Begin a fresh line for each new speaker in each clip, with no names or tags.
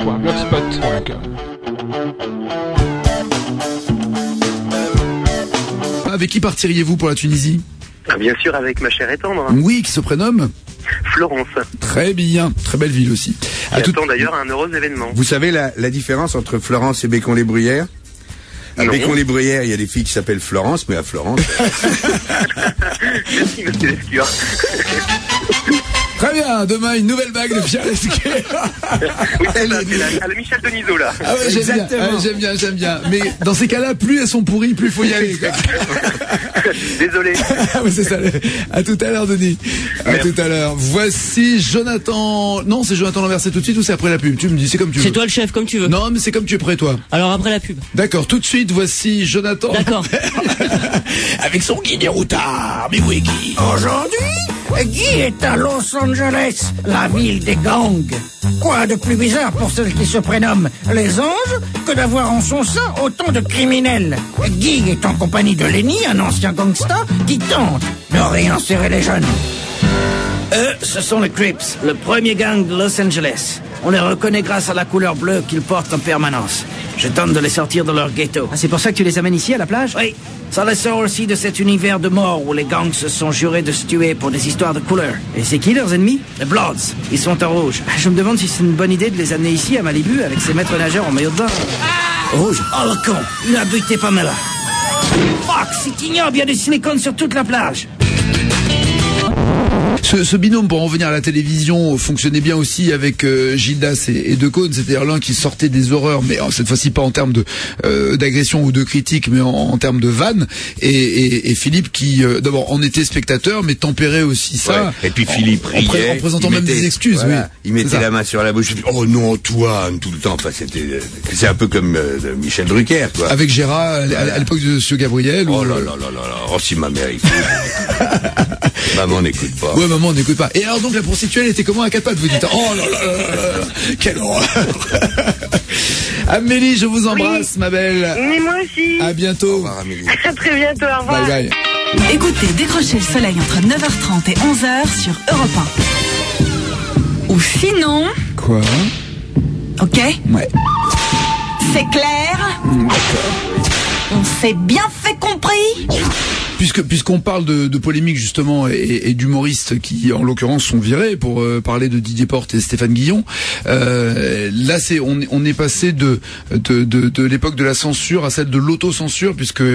Oncast.blogspot.com
Ah, Avec qui partiriez-vous pour la Tunisie
Ah, Bien sûr, avec ma chère et tendre, hein,
Oui, qui se prénomme
Florence,
Très bien, très belle ville aussi.
qui
À tout-
attend d'ailleurs un heureux événement.
Vous savez la, la différence entre Florence et Bécon-les-Bruyères À
Non.
Bécon-les-Bruyères, il y a des filles qui s'appellent Florence, mais à Florence.
Merci, monsieur Lescure.
Très bien, demain une nouvelle bague de Pierre Lesquet.
Oui, c'est ça, c'est la- à la Michel Denisot, là.
Ah ouais, j'aime bien,
Exactement.
ah, j'aime bien, j'aime bien. Mais dans ces cas-là, plus elles sont pourries, plus il faut y aller. quoi.
Désolé.
Ah oui, c'est ça. le- À tout à l'heure, Denis. À
Merci.
tout à l'heure. Voici Jonathan. Non, c'est Jonathan Lambert, c'est tout de suite ou c'est après la pub Tu me dis, c'est comme tu veux.
C'est toi le chef, comme tu veux.
Non, Euh, mais c'est comme tu es prêt, toi.
Alors après la pub.
D'accord, tout de suite, voici Jonathan.
D'accord.
Avec son guide routard. Ah, Mais oui, Guy.
Aujourd'hui, Guy est à Los Angeles, la ville des gangs. Quoi de plus bizarre pour ceux qui se prénomment les anges que d'avoir en son sein autant de criminels Guy est en compagnie de Lenny, un ancien gangsta, qui tente de réinsérer les jeunes. Eux, ce sont les Crips, le premier gang de Los Angeles. On les reconnaît grâce à la couleur bleue qu'ils portent en permanence. Je tente de les sortir de leur ghetto.
Ah, c'est pour ça que tu les amènes ici à la plage
Oui, ça les sort aussi de cet univers de mort où les gangs se sont jurés de se tuer pour des histoires de couleur.
Et c'est qui leurs ennemis Ah,
Les Bloods, ils sont en rouge.
Je me demande si c'est une bonne idée de les amener ici à Malibu avec ces maîtres nageurs en maillot de bain.
Rouge Oh le con, il a buté Pamela. Fuck, c'est ignoble, il y a du silicone sur toute la plage.
Ce, ce binôme, pour en venir à la télévision, fonctionnait bien aussi avec euh, Gildas et, et Decaune, c'est-à-dire l'un qui sortait des horreurs, mais en- cette fois-ci pas en termes de euh, d'agression ou de critique, mais en, en termes de vanne. Et, et- et Philippe qui, euh, d'abord, en était spectateur, mais tempérait aussi ça.
Ouais. Et puis Philippe
en, en
riait.
pré- en présentant
il
même
mettait-
des excuses,
voilà,
oui.
Il mettait
C'est ça.
la main sur la bouche. et puis, Oh non, toi, tout le temps. Enfin, c'était, euh, c'est un peu comme euh, Michel Drucker, quoi.
Avec Gérard, à l- à l'époque de Monsieur Gabriel.
Oh
ou-
là là là là là. Oh si ma mère écoute. Maman n'écoute pas.
Ouais, maman, on n'écoute pas. Et alors donc, la prostituée, elle était comment à quatre pattes, vous dites Oh là là là là là là, Quelle horreur Amélie, je vous embrasse, ma belle.
Mais moi aussi.
À
Au
bientôt.
revoir, Amélie.
À très bientôt. Au revoir.
Bye bye.
Écoutez Décrocher le soleil entre 9h30 et 11h sur Europe 1. Ou sinon,
Quoi
ok
Ouais. Mm,
C'est clair On s'est bien fait compris
Puisque puisqu'on parle de, de polémique justement et, et d'humoristes qui en l'occurrence sont virés pour euh, parler de Didier Porte et Stéphane Guillon, euh, là c'est on, est- on est passé de de, de, de l'époque de la censure à celle de l'autocensure puisque les,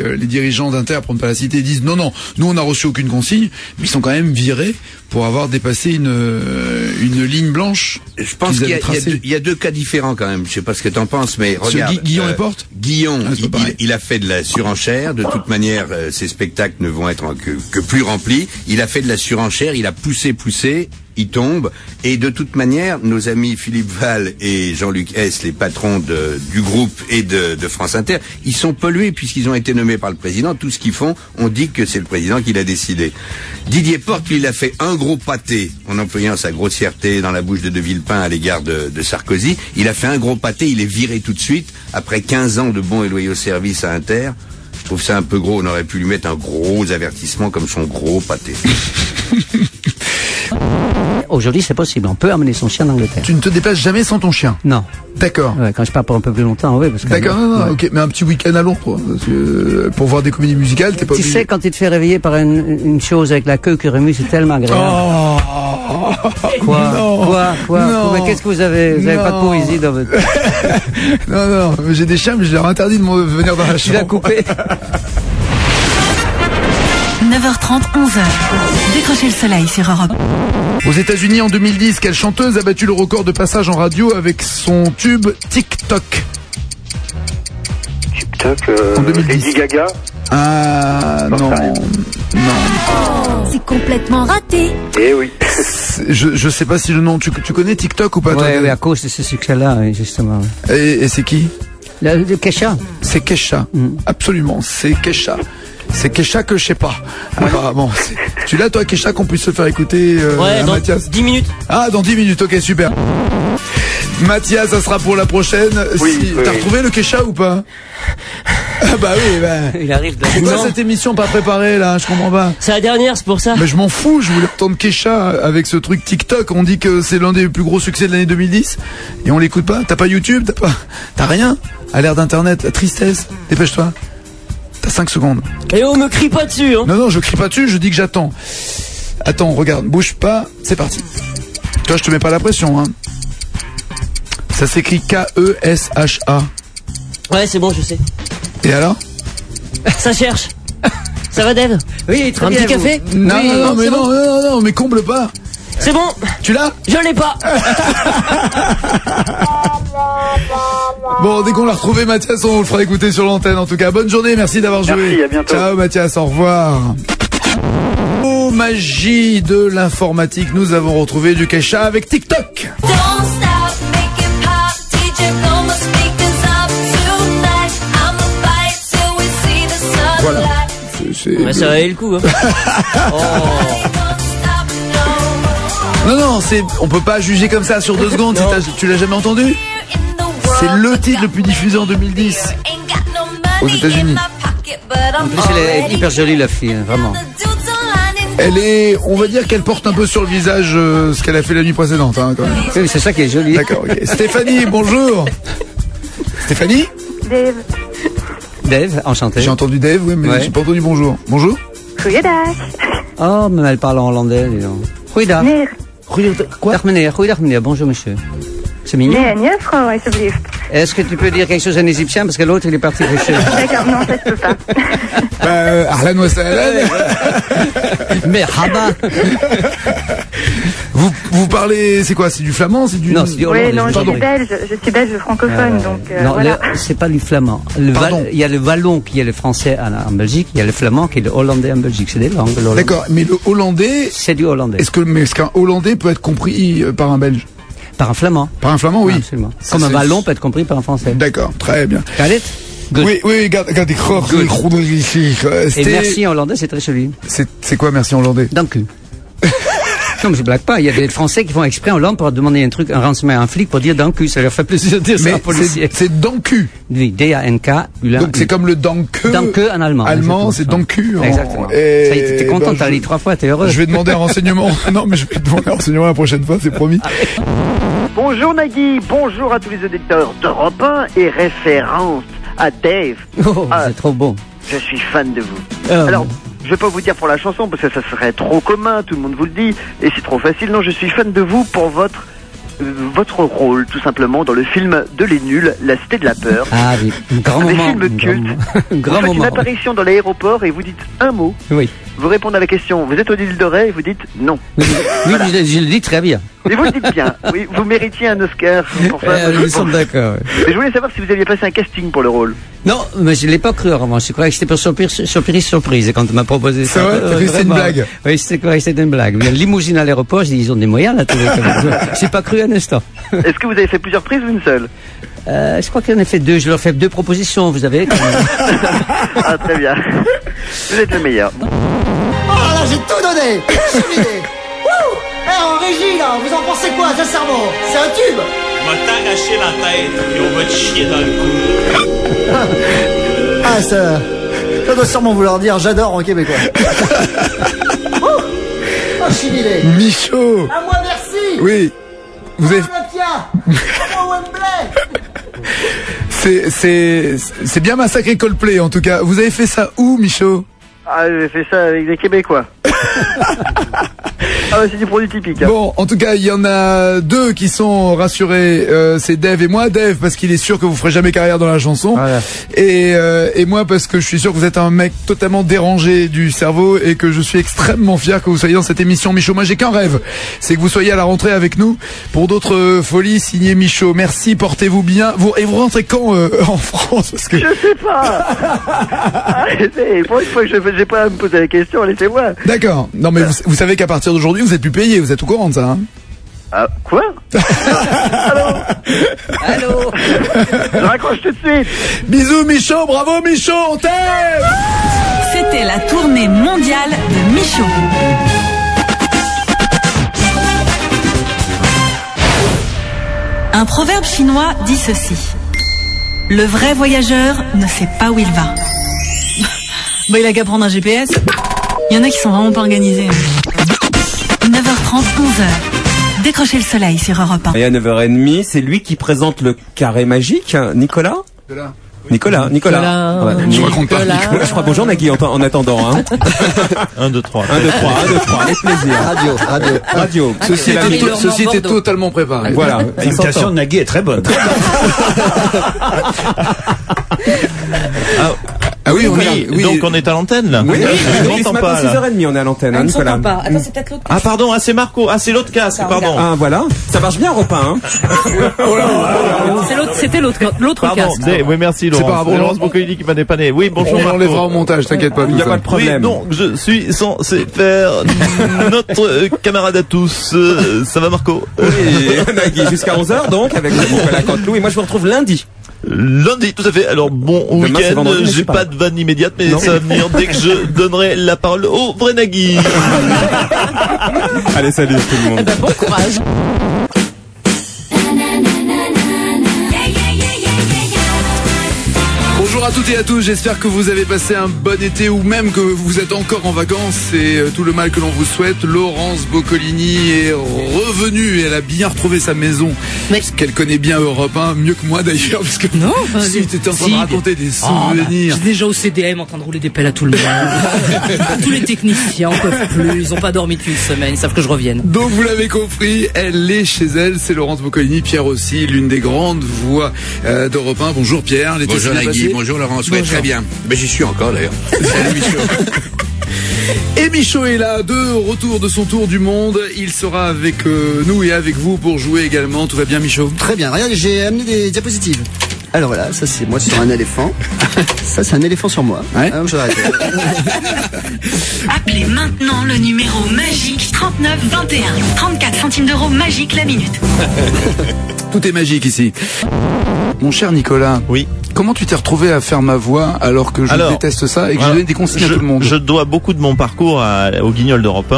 euh, les dirigeants d'Inter pour ne pas la citer disent non non nous on n'a reçu aucune consigne mais ils sont quand même virés pour avoir dépassé une euh, une ligne blanche.
Je pense
qu'ils
qu'il
avaient
y, a- il y a
tracée.
deux- il y a deux cas différents quand même. Je sais pas ce que t'en penses, mais
Ce
regarde.
Gui- Guillon et Porte
Guillon,
Ah, c'est
il,
pas pareil.
il- il a fait de la surenchère. De toute manière, euh, ses spectacles ne vont être en- que, que plus remplis. Il a fait de la surenchère. Il a poussé, poussé. Il tombe. Et de toute manière, nos amis Philippe Val et Jean-Luc Hess, les patrons de- du groupe et de, de France Inter, ils sont pollués puisqu'ils ont été nommés par le président. Tout ce qu'ils font, on dit que c'est le président qui l'a décidé. Didier Porte, lui, il a fait un gros pâté en employant sa grossièreté dans la bouche de De Villepin à l'égard de, de Sarkozy. Il a fait un gros pâté, il est viré tout de suite après 15 ans de bons et loyaux services à Inter. Je trouve ça un peu gros. On aurait pu lui mettre un gros avertissement comme son gros pâté.
Aujourd'hui, c'est possible. On peut amener son chien en Angleterre.
Tu ne te déplaces jamais sans ton chien.
Non.
Euh,
D'accord.
Ouais, quand je pars pour un peu plus longtemps, oui. parce que-
D'accord, non, non,
Ouais.
ok, mais un petit week-end à Londres, toi, parce que, euh, pour voir des comédies musicales, t'es pas
Tu
obligé.
sais, quand tu te fais réveiller par une, une chose avec la queue qui remue, c'est tellement agréable.
Oh
quoi,
non.
quoi Quoi
Non.
Mais qu'est-ce que vous avez Vous avez pas de
Non.
poésie dans votre...
Non, non, mais j'ai des chats, mais je leur interdis de me- venir dans la
Tu l'as
chambre.
coupé
9h30, 11h. Décrocher le soleil sur Europe
Aux États-Unis en 2010, quelle chanteuse a battu le record de passage en radio avec son tube TikTok
TikTok, euh,
En 2010.
Lady Gaga.
Ah non, non.
C'est complètement raté.
Eh oui.
C'est- Je, je sais pas si le nom, tu, tu connais TikTok ou pas toi,
Oui,
Dan
à cause de ce succès-là, oui, justement. oui.
Et, et c'est qui
Le, le Kesha
C'est Kesha. Absolument, c'est Kesha. C'est Kesha que je sais pas. Apparemment. C'est- Tu l'as toi Kesha qu'on puisse se faire écouter euh,
Ouais,
à
dans
Mathias
10 minutes.
Ah, dans 10 minutes, ok, super. Mathias, ça sera pour la prochaine.
Oui,
Si-
oui,
T'as
oui.
retrouvé le Kesha ou pas Ah bah oui, bah.
Il arrive de
C'est quoi
Non.
cette émission pas préparée là Je comprends pas.
C'est la dernière, c'est pour ça.
Mais je m'en fous, je voulais entendre Kesha avec ce truc TikTok. On dit que c'est l'un des plus gros succès de l'année 2010 et on l'écoute pas. T'as pas YouTube, t'as pas, t'as rien. À l'ère d'internet, la tristesse. Dépêche-toi. T'as 5 secondes.
Et on me crie pas dessus, hein.
Non, non, je crie pas dessus, je dis que j'attends. Attends, regarde, bouge pas, c'est parti. Toi, je te mets pas la pression, hein. Ça s'écrit E K-E-S-H-A.
Ouais, c'est bon, je sais.
Et alors
Ça cherche. Ça va, Dave
Oui, très
Un
bien.
petit
vous.
café
Non,
Oui,
non, non, mais
c'est
non,
bon.
non, non, mais comble pas.
C'est bon,
Tu l'as
je l'ai pas.
Bon, dès qu'on l'a retrouvé, Mathias, on le fera écouter sur l'antenne. En tout cas, bonne journée, merci d'avoir joué.
à bientôt.
Ciao, Mathias, au revoir. Oh, magie de l'informatique, nous avons retrouvé du Kesha avec TikTok.
Don't stop, make it pop. DJ, blow my speakers up tonight. I'ma fight till we see the
Voilà.
sunlight.
C'est-
Ouais, ça valait le coup, hein. Oh.
Don't stop, no more.
Non, non, c'est, on peut pas juger comme ça sur deux secondes. si
Non.
t'as- tu l'as jamais entendu
In the world,
C'est le titre le plus diffusé en 2010.
ain't got no money
Aux États-Unis.
in my pocket, but I'm
En plus, elle est hyper jolie, la fille, hein, vraiment.
The dudes are lining
Elle est, on va dire qu'elle porte un peu sur le visage euh, ce qu'elle a fait la nuit précédente. Hein, quand même.
Oui, C'est ça qui est joli.
D'accord. ok. Stéphanie, bonjour. Stéphanie,
Dave, enchanté.
j'ai entendu Dave, oui, mais
Ouais.
j'ai pas entendu bonjour. Bonjour.
Oh, mais elle parle en hollandais, dis donc. Goeiedag.
Mm.
Goeiedag. Quoi Dag meneer, goeiedag meneer, bonjour monsieur. C'est mignon.
Mm.
Est-ce que tu peux dire quelque chose en égyptien Parce que l'autre, il est parti coucher.
Bah, euh, Arlan wa sahlan.
Mais rabat
Vous, vous parlez, c'est quoi C'est du flamand C'est du
Non, c'est du hollandais. je vous en prie.
belge, je suis belge francophone, donc euh,
Non, le- c'est pas du flamand. Le val-
Pardon.
il y a le wallon qui est le français en, en Belgique, il y a le flamand qui est le hollandais en Belgique. C'est des langues. le hollandais.
D'accord. Mais le hollandais,
C'est du hollandais.
est-ce que, mais est-ce qu'un hollandais peut être compris euh, par un belge,
Par un flamand.
par un flamand
Ah,
Oui.
Absolument.
Ça,
Comme un
c'est-
wallon peut être compris par un français.
D'accord. Très bien.
Khaled Good.
Oui, oui, regarde, regarde, des crocs, des crocs de ici.
Et merci en hollandais, c'est très joli.
C'est c'est quoi merci en hollandais
Dank u. Non, mais je blague pas. Il y a des Français qui font exprès en langue pour demander un truc, un rançon à un flic pour dire dans le cul. Ça leur fait plaisir de dire ça à un
Mais
policier.
c'est- c'est danku.
Oui, D-A-N-K, U-L-A-U.
Donc c'est comme le danke.
Danke en allemand.
Allemand,
exactement.
c'est danku. en-
Exactement.
Et-
Ça y est, t'es
ben,
content,
je-
t'as lu trois fois, t'es heureux.
Je vais demander un renseignement. non, mais je vais demander un renseignement la prochaine fois, c'est promis.
Bonjour Nagui, bonjour à tous les auditeurs d'Europe 1 et référence à Dave.
Oh,
Ah.
c'est trop bon.
Je suis fan de vous.
Ah,
Euh,
Alors, je vais pas vous dire pour la chanson parce que ça serait trop commun, tout le monde vous le dit, et c'est trop facile. Non, je suis fan de vous pour votre euh, votre rôle tout simplement dans le film de les nuls, La Cité de la Peur.
Ah oui, un grand
Des
moment.
films
un grand
cultes.
moment. Un
Vous
grand
faites une
moment.
apparition dans l'aéroport et vous dites un mot.
Oui.
Vous répondez à la question, vous êtes au deal de Ray et vous dites non.
Oui, oui, je, je le dis très bien.
Et vous le dites bien, oui, vous méritiez un Oscar pour ça.
Euh, nous sommes d'accord. oui.
Mais je voulais savoir si vous aviez passé un casting pour le rôle.
Non, mais je l'ai pas cru en revanche. Je croyais que c'était pour surprise, surprise, surprise quand on m'a proposé
C'est
ça.
vrai, t'as cru que c'était une
vraiment.
blague.
Oui, c'était quoi C'était une blague. Il y a une limousine à l'aéroport, je dis, ils ont des moyens là. tous les deux. J'ai pas cru un instant.
Est-ce que vous avez fait plusieurs prises ou une seule
Euh, je crois qu'il en a fait deux. Je leur fais deux propositions, vous avez. quand même.
Ah, très bien. Vous êtes le meilleur.
Oh là, j'ai tout donné Suivi Wouh Eh, en régie, là, vous en pensez quoi, ce cerveau C'est un tube On va t'arracher la tête, et on va te chier dans le cou. ah, ça... Ça doit sûrement vouloir dire j'adore en québécois. Wouh Oh, je suis vidé.
Michaud
À moi, merci
Oui. Vous avez,
Olympia Bravo, Wembley
c'est, c'est, c'est bien massacré Coldplay en tout cas. Vous avez fait ça où, Michaud
Ah, j'ai fait ça avec des Québécois. ah, ouais, c'est du produit typique. hein.
Bon, en tout cas, il y en a deux qui sont rassurés. Euh, c'est Dave et moi. Dave parce qu'il est sûr que vous ferez jamais carrière dans la chanson.
Voilà.
Et, euh, et moi parce que je suis sûr que vous êtes un mec totalement dérangé du cerveau et que je suis extrêmement fier que vous soyez dans cette émission Michaud. Moi j'ai qu'un rêve, c'est que vous soyez à la rentrée avec nous pour d'autres euh, folies signées Michaud. Merci, portez-vous bien. Vous, et vous rentrez quand euh, en France Parce que
Je sais pas Arrêtez Pour une fois que je n'ai pas à me poser la question, laissez-moi
D'accord. Non mais vous, vous savez qu'à partir d'aujourd'hui vous êtes plus payé, vous êtes au courant de ça. hein
Ah, quoi
Allô.
Je raccroche tout de suite
Bisous Michaud, bravo Michaud, on t'aime
C'était la tournée mondiale de Michaud. Un proverbe chinois dit ceci. Le vrai voyageur ne sait pas où il va. bah, il a qu'à prendre un GPS. Il y en a qui sont vraiment pas organisés. hein. 9h30, 11h. Décrochez le soleil sur Europe 1.
Et à 9h30, c'est lui qui présente le carré magique, hein, Nicolas
Nicolas.
Nicolas, Nicolas.
Nicolas. Je raconte pas.
Nicolas. Je crois bonjour Nagui en, en attendant. Hein.
1, 2, 3.
1, 2, 3, 1, 2, 3, avec plaisir.
Radio, radio.
Radio.
Ceci,
Radio.
était,
Radio.
ceci était
Bordeaux.
totalement
Ah,
préparé.
Voilà.
L'imitation de Nagui est très bonne.
Ah oui, on
oui,
est- oui.
donc on est à l'antenne là.
Oui, oui,
je
oui, ce
m'entends
matin,
pas là.
6h30, on est à l'antenne, hein,
Ah, ils
Nicolas.
s'entendent pas.
Attends, c'est peut-être l'autre.
Ah pardon, ah c'est Marco, ah c'est l'autre casque, pardon.
Ah voilà, ça marche bien repas hein.
C'est l'autre- C'était l'autre l'autre
Pardon,
casque.
vous avez- oui merci Laurence.
C'est pas grave, on
C'est
l'en-
Laurence Boccolini qui m'a dépanné. Oui, bonjour hein.
on
Marco.
l'enlèvera au montage, t'inquiète pas.
Y a pas de problème.
Oui, donc je suis censé faire notre euh, camarade à tous. Euh, ça va Marco
Et Nagui, jusqu'à 11h donc, avec Nicolas Canteloup. Et moi, je me retrouve lundi.
Lundi, tout à fait. Alors bon
Demain, c'est
week-end,
vendredi, mais
j'ai
c'est pas
pas de vanne immédiate, mais
Non.
ça va venir dès que je donnerai la parole au vrai Nagui.
Allez, salut tout le monde.
Eh ben, Bon courage.
Bonjour à toutes et à tous, j'espère que vous avez passé un bon été ou même que vous êtes encore en vacances et euh, tout le mal que l'on vous souhaite. Laurence Boccolini est revenue, elle a bien retrouvé sa maison, parce qu'elle connaît bien Europe 1, mieux que moi d'ailleurs, parce que non,
bah,
si tu étais en train
si,
de raconter des
Ah,
Oh, bah,
souvenirs.
J'étais déjà au CDM en train de rouler des pelles à tout le monde. Tous les techniciens en peuvent plus, ils ont pas dormi depuis une semaine, ils savent que je revienne.
Donc vous l'avez compris, elle est chez elle, c'est Laurence Boccolini, Pierre aussi, l'une des grandes voix euh, d'Europe 1. Bonjour Pierre, l'été
Bonjour
s'est bien
Nagui,
passé
bonjour Laurent, ouais, très bien. Mais j'y suis encore d'ailleurs.
Et Michaud est là, de retour de son tour du monde. Il sera avec euh, nous et avec vous pour jouer également. Tout va bien, Michaud
Très bien, regarde, j'ai amené des diapositives. Alors voilà, ça c'est moi sur un éléphant. Ça c'est un éléphant sur moi. Ah, je vais arrêter.
Appelez maintenant le numéro magique 3921. 34 centimes d'euros magique la minute.
Tout est magique ici. Mon cher Nicolas.
Oui.
Comment tu t'es retrouvé à faire ma voix alors que je
Alors,
déteste ça et que
voilà,
j'ai donné des consignes
je-
à tout le monde
Je dois beaucoup de mon parcours à- au guignol d'Europe 1.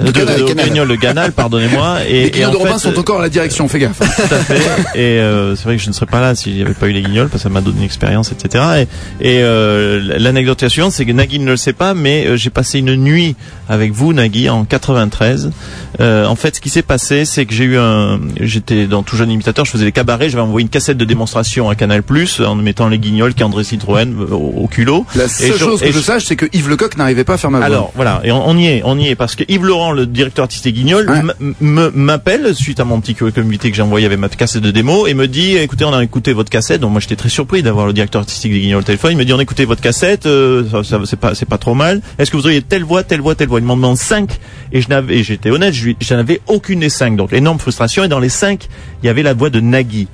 euh, de,
Canal,
de- au
Canal.
guignol de Canal, pardonnez-moi.
Les
Et, et
clients
en
de Robin
fait,
sont encore à la direction, fais gaffe. hein.
Tout à fait. Et euh, c'est vrai que je ne serais pas là s'il n'y avait pas eu les guignols, parce que ça m'a donné une expérience, etc. Et, et euh, l'anecdote la suivante, c'est que Nagui ne le sait pas, mais euh, j'ai passé une nuit avec vous, Nagui, en 93. Euh, en fait, ce qui s'est passé, c'est que j'ai eu un... J'étais dans tout jeune imitateur, je faisais les cabarets, j'avais envoyé une cassette de démonstration à Canal+, en mettant les guignols qui André Citroën euh, au, au culot.
La seule
Et
chose que
et
je sache, c'est que Yves Lecoq n'arrivait pas à faire ma voix.
alors voilà, et on, on y est, on y est parce que Yves Laurent, le directeur artistique Guignol, m- m- m'appelle suite à mon petit comité que j'ai envoyé avec ma cassette de démo et me dit écoutez, on a écouté votre cassette. Donc moi j'étais très surpris d'avoir le directeur artistique des Guignol au téléphone. Il me dit on a écouté votre cassette, euh, ça, ça- c'est pas c'est pas trop mal. Est-ce que vous auriez telle voix, telle voix, telle voix Il m'en demande cinq et je n'avais, et j'étais honnête, je lui- je n'avais aucune des cinq. Donc énorme frustration et dans les cinq, il y avait la voix de Nagui.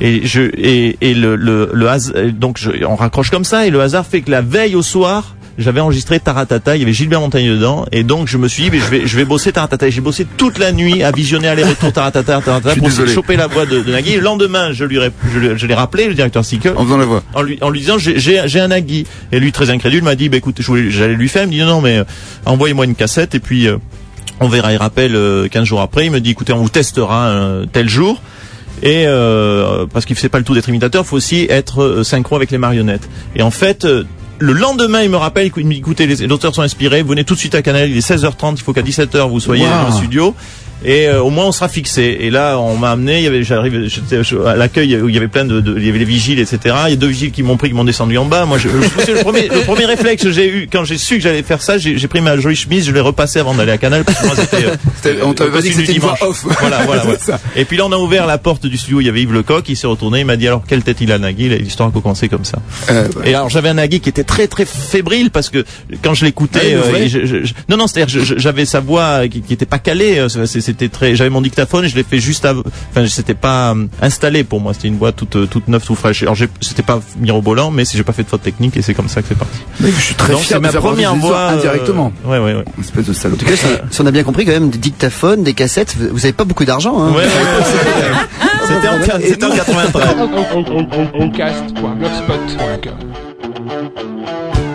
Et je et, et le le, le has- euh, donc je- on raccroche comme ça et le hasard fait que la veille au soir j'avais enregistré Taratata, il y avait Gilbert Montagné dedans, et donc je me suis dit, mais je vais, je vais bosser Taratata. Et j'ai bossé toute la nuit à visionner aller-retour Taratata, Taratata,
suis
pour
désolé.
choper la voix de, de Nagui. Et Le lendemain, je lui, rép- je, lui- je l'ai rappelé, le directeur Sickle.
En faisant la voix.
En lui, en lui disant, j'ai, j'ai, j'ai un Nagui. Et lui, très incrédule, m'a dit, bah, écoute, je voulais- j'allais lui faire, il me dit, non, non, mais euh, envoyez-moi une cassette, et puis, euh, on verra, il rappelle euh, 15 jours après, il me dit écoutez, on vous testera euh, tel jour. Et euh, parce qu'il ne fait pas le tout d'être imitateur, faut aussi être euh, synchro avec les marionnettes. Et en fait, euh, le lendemain, il me rappelle, il me dit, écoutez, les les auteurs sont inspirés, venez tout de suite à Canal, il est 16h30, il faut qu'à 17h vous soyez
Wow.
dans le studio. Et euh, au moins on sera fixé. Et là, on m'a amené. Il y avait, j'arrive j'étais je- à l'accueil où il y avait plein de, de- il y avait les vigiles, etc. Il y a deux vigiles qui m'ont pris, qui m'ont descendu en bas. Moi, je, je- c'est le premier, le premier réflexe que j'ai eu quand j'ai su que j'allais faire ça, j'ai j'ai pris ma jolie chemise, je l'ai repassée avant d'aller à Canal. Parce que moi, c'était, euh,
C'était- on t'avait
le
pas dit que
costume
c'était
du
une voix
dimanche.
off.
Voilà, voilà.
C'est
voilà.
ça.
Et puis là, on a ouvert la porte du studio. Il y avait Yves Lecoq. Il s'est retourné. Il m'a dit alors quelle tête il a Nagui. L'histoire a commencé comme ça.
Euh,
Et alors j'avais un Nagui qui était très très fébrile parce que quand je l'écoutais,
Ouais, le
euh,
vrai.
et je- je- je- non non, c'est-à-dire je- je- j'avais sa voix qui, qui était pas calée. euh, c'est- C'était très, j'avais mon dictaphone. Je l'ai fait juste avant. Enfin, c'était pas euh, installé pour moi. C'était une voix toute euh, toute neuve, tout fraîche. Alors j'ai- c'était pas mirobolant, mais j'ai pas fait de faute technique et c'est comme ça que c'est parti.
Mec, je suis très
Donc
fier
c'est
de
ma
faire partie
première
des
voix
histoires
euh,
indirectement.
Ouais ouais ouais.
Espèce de salaud.
En tout cas, si, si on a bien compris quand même, des dictaphones, des cassettes, vous n'avez pas beaucoup d'argent. Hein.
Ouais, ouais, ouais, c'était- c'était en, c'était en 93.
Cast.blogspot.com